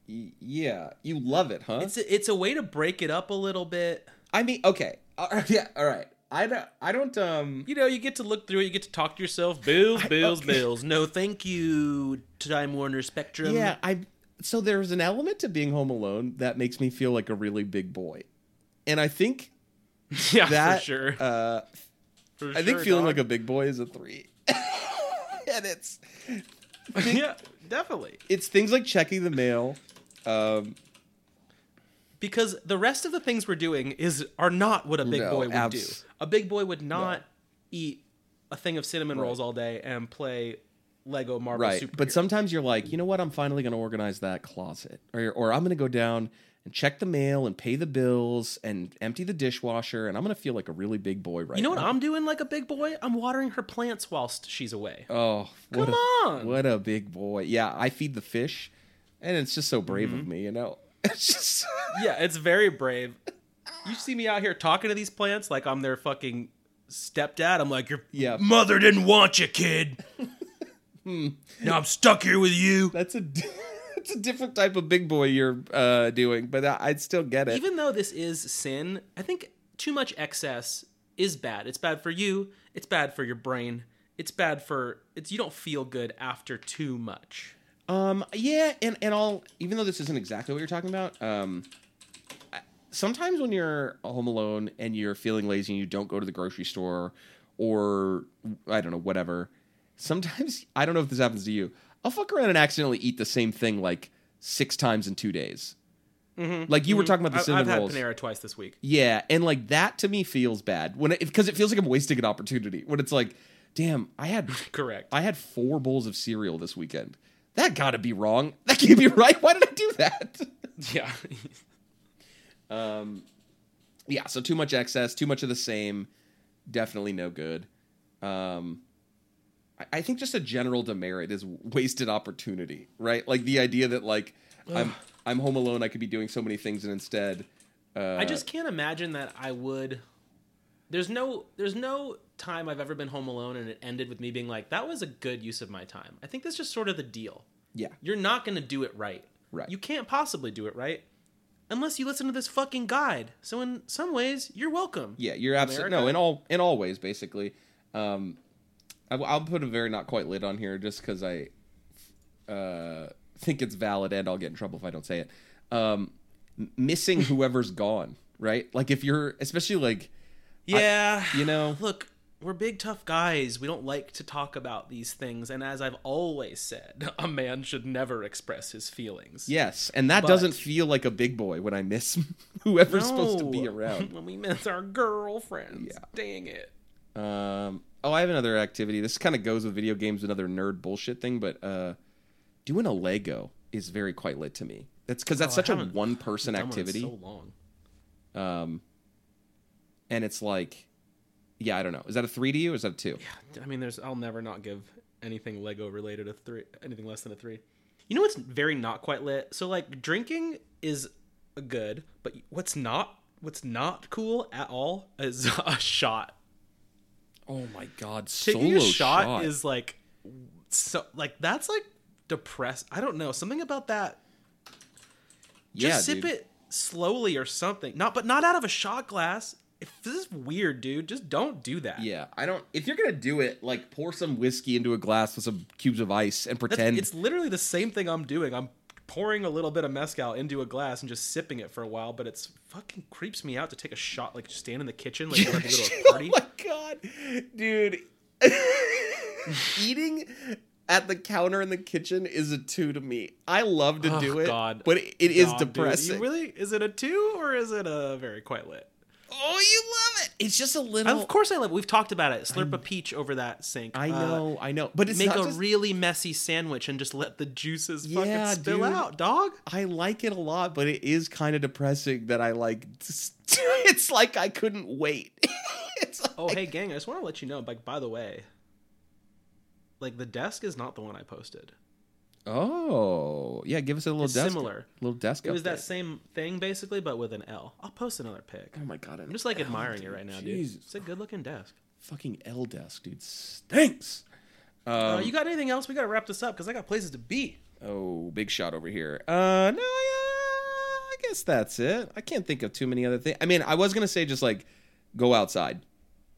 [SPEAKER 1] y- yeah, you love it, huh?
[SPEAKER 2] It's a, it's a way to break it up a little bit.
[SPEAKER 1] I mean, okay, uh, yeah, all right. I don't. I don't. Um.
[SPEAKER 2] You know, you get to look through it, you get to talk to yourself. Bills, bills,
[SPEAKER 1] okay.
[SPEAKER 2] bills. No, thank you, Time Warner Spectrum.
[SPEAKER 1] Yeah, I. So there's an element to being home alone that makes me feel like a really big boy, and I think
[SPEAKER 2] yeah,
[SPEAKER 1] that
[SPEAKER 2] for sure.
[SPEAKER 1] uh,
[SPEAKER 2] For
[SPEAKER 1] I think
[SPEAKER 2] sure,
[SPEAKER 1] feeling
[SPEAKER 2] dog.
[SPEAKER 1] like a big boy is a three, and it's
[SPEAKER 2] yeah, definitely.
[SPEAKER 1] it's things like checking the mail. Um,
[SPEAKER 2] Because the rest of the things we're doing is are not what a big
[SPEAKER 1] No,
[SPEAKER 2] boy would
[SPEAKER 1] abs-
[SPEAKER 2] do. A big boy would not eat a thing of cinnamon rolls all day and play Lego Marvel
[SPEAKER 1] right,
[SPEAKER 2] Super.
[SPEAKER 1] but sometimes you're like, you know what? I'm finally going to organize that closet, or or I'm going to go down and check the mail and pay the bills and empty the dishwasher, and I'm going to feel like a really big boy right.
[SPEAKER 2] you know what
[SPEAKER 1] now.
[SPEAKER 2] I'm doing like a big boy? I'm watering her plants whilst she's away.
[SPEAKER 1] Oh, what
[SPEAKER 2] Come
[SPEAKER 1] a,
[SPEAKER 2] on.
[SPEAKER 1] What a big boy! Yeah, I feed the fish, and it's just so brave
[SPEAKER 2] Mm-hmm.
[SPEAKER 1] of me, you know. It's just
[SPEAKER 2] yeah, it's very brave. You see me out here talking to these plants like I'm their fucking stepdad. I'm like, your
[SPEAKER 1] Yeah.
[SPEAKER 2] mother didn't want you, kid. Hmm. Now I'm stuck here with you.
[SPEAKER 1] that's a di- that's a different type of big boy you're uh, doing, but I, I'd still get it.
[SPEAKER 2] even though this is sin, I think too much excess is bad. It's bad for you. It's bad for your brain. It's bad for it's you don't feel good after too much.
[SPEAKER 1] Um, yeah, and and I'll even though this isn't exactly what you're talking about, um, I- sometimes when you're home alone and you're feeling lazy and you don't go to the grocery store or I don't know whatever, sometimes I don't know if this happens to you. I'll fuck around and accidentally eat the same thing like six times in two days. Like you were talking about the
[SPEAKER 2] I, Mm-hmm. I've
[SPEAKER 1] cinnamon
[SPEAKER 2] had
[SPEAKER 1] rolls.
[SPEAKER 2] Panera twice this week.
[SPEAKER 1] Yeah, and like that to me feels bad when because it feels like I'm wasting an opportunity when it's like, damn, I had
[SPEAKER 2] Correct.
[SPEAKER 1] I had four bowls of cereal this weekend. That gotta be wrong. That can't be right. Why did I do that?
[SPEAKER 2] yeah.
[SPEAKER 1] yeah, so too much excess, too much of the same, definitely no good. Um, I, I think just a general demerit is wasted opportunity, right? Like the idea that like I'm I'm home alone, I could be doing so many things, and instead, uh,
[SPEAKER 2] I just can't imagine that I would. There's no there's no time I've ever been home alone and it ended with me being like that was a good use of my time. I think that's just sort of the deal.
[SPEAKER 1] yeah,
[SPEAKER 2] You're not going to do it right.
[SPEAKER 1] Right.
[SPEAKER 2] You can't possibly do it right unless you listen to this fucking guide. So in some ways, you're welcome.
[SPEAKER 1] Yeah, you're absolutely no
[SPEAKER 2] America.
[SPEAKER 1] in all in all ways basically. Um, I, will put a very not quite lid on here just because I uh, think it's valid, and I'll get in trouble if I don't say it. Um, m- missing whoever's gone, right? Like if you're especially like
[SPEAKER 2] Yeah.
[SPEAKER 1] you know
[SPEAKER 2] Look, we're big tough guys. We don't like to talk about these things and as I've always said, a man should never express his feelings.
[SPEAKER 1] yes, and that
[SPEAKER 2] But-
[SPEAKER 1] doesn't feel like a big boy when I miss whoever's supposed to be
[SPEAKER 2] No.
[SPEAKER 1] around.
[SPEAKER 2] when we miss our girlfriends.
[SPEAKER 1] Yeah.
[SPEAKER 2] Dang it.
[SPEAKER 1] Um, oh, I have another activity. This kind of goes with video games, another nerd bullshit thing, but uh, doing a Lego is very quite lit to me. That's because that's
[SPEAKER 2] Oh, I
[SPEAKER 1] such a
[SPEAKER 2] haven't
[SPEAKER 1] one person
[SPEAKER 2] Done one in
[SPEAKER 1] activity,
[SPEAKER 2] So long.
[SPEAKER 1] and it's like, yeah, I don't know. Is that a three to you or is that a two?
[SPEAKER 2] I mean, there's. I'll never not give anything Lego related a three. Anything less than a three. You know what's very not quite lit. So like drinking is good, but what's not what's not cool at all is a shot.
[SPEAKER 1] Oh my god,
[SPEAKER 2] Taking a shot, is like so like that's like depressed. I don't know something about that. Just
[SPEAKER 1] yeah,
[SPEAKER 2] sip
[SPEAKER 1] dude.
[SPEAKER 2] it slowly or something. Not but not out of a shot glass. If this is weird, dude, just don't do that.
[SPEAKER 1] Yeah, I don't. If you're gonna do it, like pour some whiskey into a glass with some cubes of ice and
[SPEAKER 2] That's,
[SPEAKER 1] pretend
[SPEAKER 2] it's literally the same thing I'm doing. I'm pouring a little bit of mezcal into a glass and just sipping it for a while, but it's fucking creeps me out to take a shot, like just stand in the kitchen, like we're about to go to a party.
[SPEAKER 1] Oh my god, dude! Eating at the counter in the kitchen is a two to me. I love to
[SPEAKER 2] Oh,
[SPEAKER 1] do it,
[SPEAKER 2] God.
[SPEAKER 1] but it, it is
[SPEAKER 2] God, dude,
[SPEAKER 1] depressing.
[SPEAKER 2] you really? Is it a two or is it a very quite lit?
[SPEAKER 1] oh, you love it! It's just a little.
[SPEAKER 2] Of course I love. We've talked about it. Slurp a peach over that sink.
[SPEAKER 1] I
[SPEAKER 2] Uh,
[SPEAKER 1] know, I know, but it's
[SPEAKER 2] Make
[SPEAKER 1] not
[SPEAKER 2] a
[SPEAKER 1] just-
[SPEAKER 2] really messy sandwich and just let the juices
[SPEAKER 1] Yeah,
[SPEAKER 2] fucking spill
[SPEAKER 1] dude.
[SPEAKER 2] out, dog.
[SPEAKER 1] I like it a lot, but it is kind of depressing that I like. It's like I couldn't wait. it's like,
[SPEAKER 2] Oh, hey, gang, I just want to let you know, like, by the way, like, the desk is not the one I posted.
[SPEAKER 1] oh yeah, give us a little
[SPEAKER 2] It's
[SPEAKER 1] desk,
[SPEAKER 2] similar.
[SPEAKER 1] little desk.
[SPEAKER 2] It was
[SPEAKER 1] update.
[SPEAKER 2] that same thing basically, but with an L. I'll post another pic.
[SPEAKER 1] Oh my god!
[SPEAKER 2] I'm just like admiring it right now, dude.
[SPEAKER 1] Jesus
[SPEAKER 2] It's a good looking desk.
[SPEAKER 1] fucking L desk, dude, stinks. Um,
[SPEAKER 2] uh, you got anything else? We got to wrap this up because I got places to be.
[SPEAKER 1] Oh, big shot over here. Uh, no, I, uh, I guess that's it. I can't think of too many other things. I mean, I was gonna say just like go outside.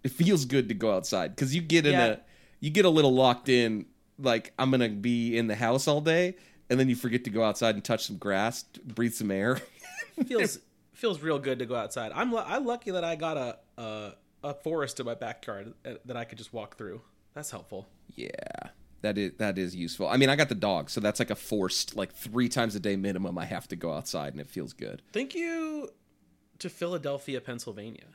[SPEAKER 1] It feels good to go outside because you get in
[SPEAKER 2] Yeah.
[SPEAKER 1] a you get a little locked in. Like I'm gonna be in the house all day, and then you forget to go outside and touch some grass, breathe some air.
[SPEAKER 2] Feels feels real good to go outside. I'm lu- I'm lucky that I got a a, a forest in my backyard uh, that I could just walk through. That's helpful.
[SPEAKER 1] yeah, that is that is useful. I mean, I got the dog, so that's like a forced like three times a day minimum. I have to go outside, and it feels good.
[SPEAKER 2] Thank you to Philadelphia, Pennsylvania.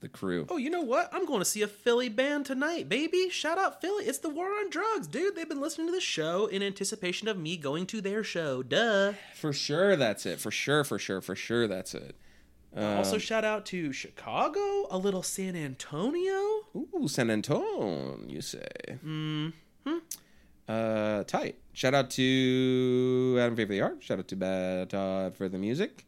[SPEAKER 1] The crew.
[SPEAKER 2] Oh, you know what? I'm going to see a Philly band tonight, baby. Shout out Philly. It's the war on drugs, dude. They've been listening to the show in anticipation of me going to their show. Duh.
[SPEAKER 1] For sure, that's it. For sure, for sure, for sure, that's it.
[SPEAKER 2] also, shout out to Chicago, a little San Antonio.
[SPEAKER 1] Ooh, San Antonio, you say? Mm-hmm. Uh, tight. Shout out to Adam Faye for the art. Shout out to Bad Todd for the music.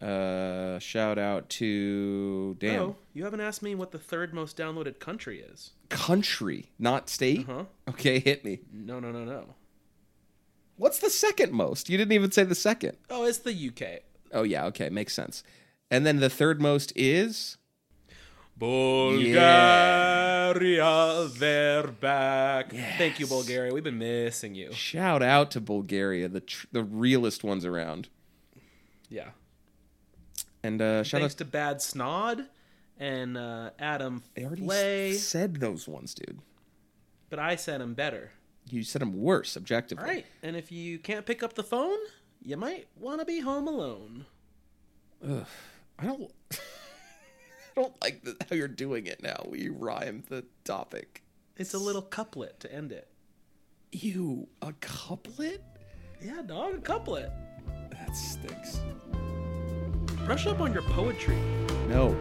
[SPEAKER 1] Uh, shout out to damn
[SPEAKER 2] Oh, you haven't asked me what the third most downloaded country is.
[SPEAKER 1] country, not state.
[SPEAKER 2] Uh-huh.
[SPEAKER 1] Okay, hit me.
[SPEAKER 2] No, no, no, no.
[SPEAKER 1] What's the second most? You didn't even say the second.
[SPEAKER 2] Oh, it's the UK.
[SPEAKER 1] Oh yeah, okay, makes sense. And then the third most is
[SPEAKER 2] Bulgaria, they're back. Thank you, Bulgaria. We've been missing you.
[SPEAKER 1] Shout out to Bulgaria, the tr- the realest ones around.
[SPEAKER 2] Yeah.
[SPEAKER 1] And uh, shout
[SPEAKER 2] Thanks
[SPEAKER 1] out.
[SPEAKER 2] to Bad Snod and uh, Adam
[SPEAKER 1] They already
[SPEAKER 2] Flay,
[SPEAKER 1] s- said those ones, dude.
[SPEAKER 2] but I said him better.
[SPEAKER 1] You said them worse objectively.
[SPEAKER 2] All right. And if you can't pick up the phone, you might want to be home alone.
[SPEAKER 1] I don't. I don't like the, how you're doing it now. You rhyme the topic.
[SPEAKER 2] It's a little couplet to end it.
[SPEAKER 1] You a couplet?
[SPEAKER 2] Yeah, dog, a couplet.
[SPEAKER 1] That stinks.
[SPEAKER 2] Brush up on your poetry.
[SPEAKER 1] No.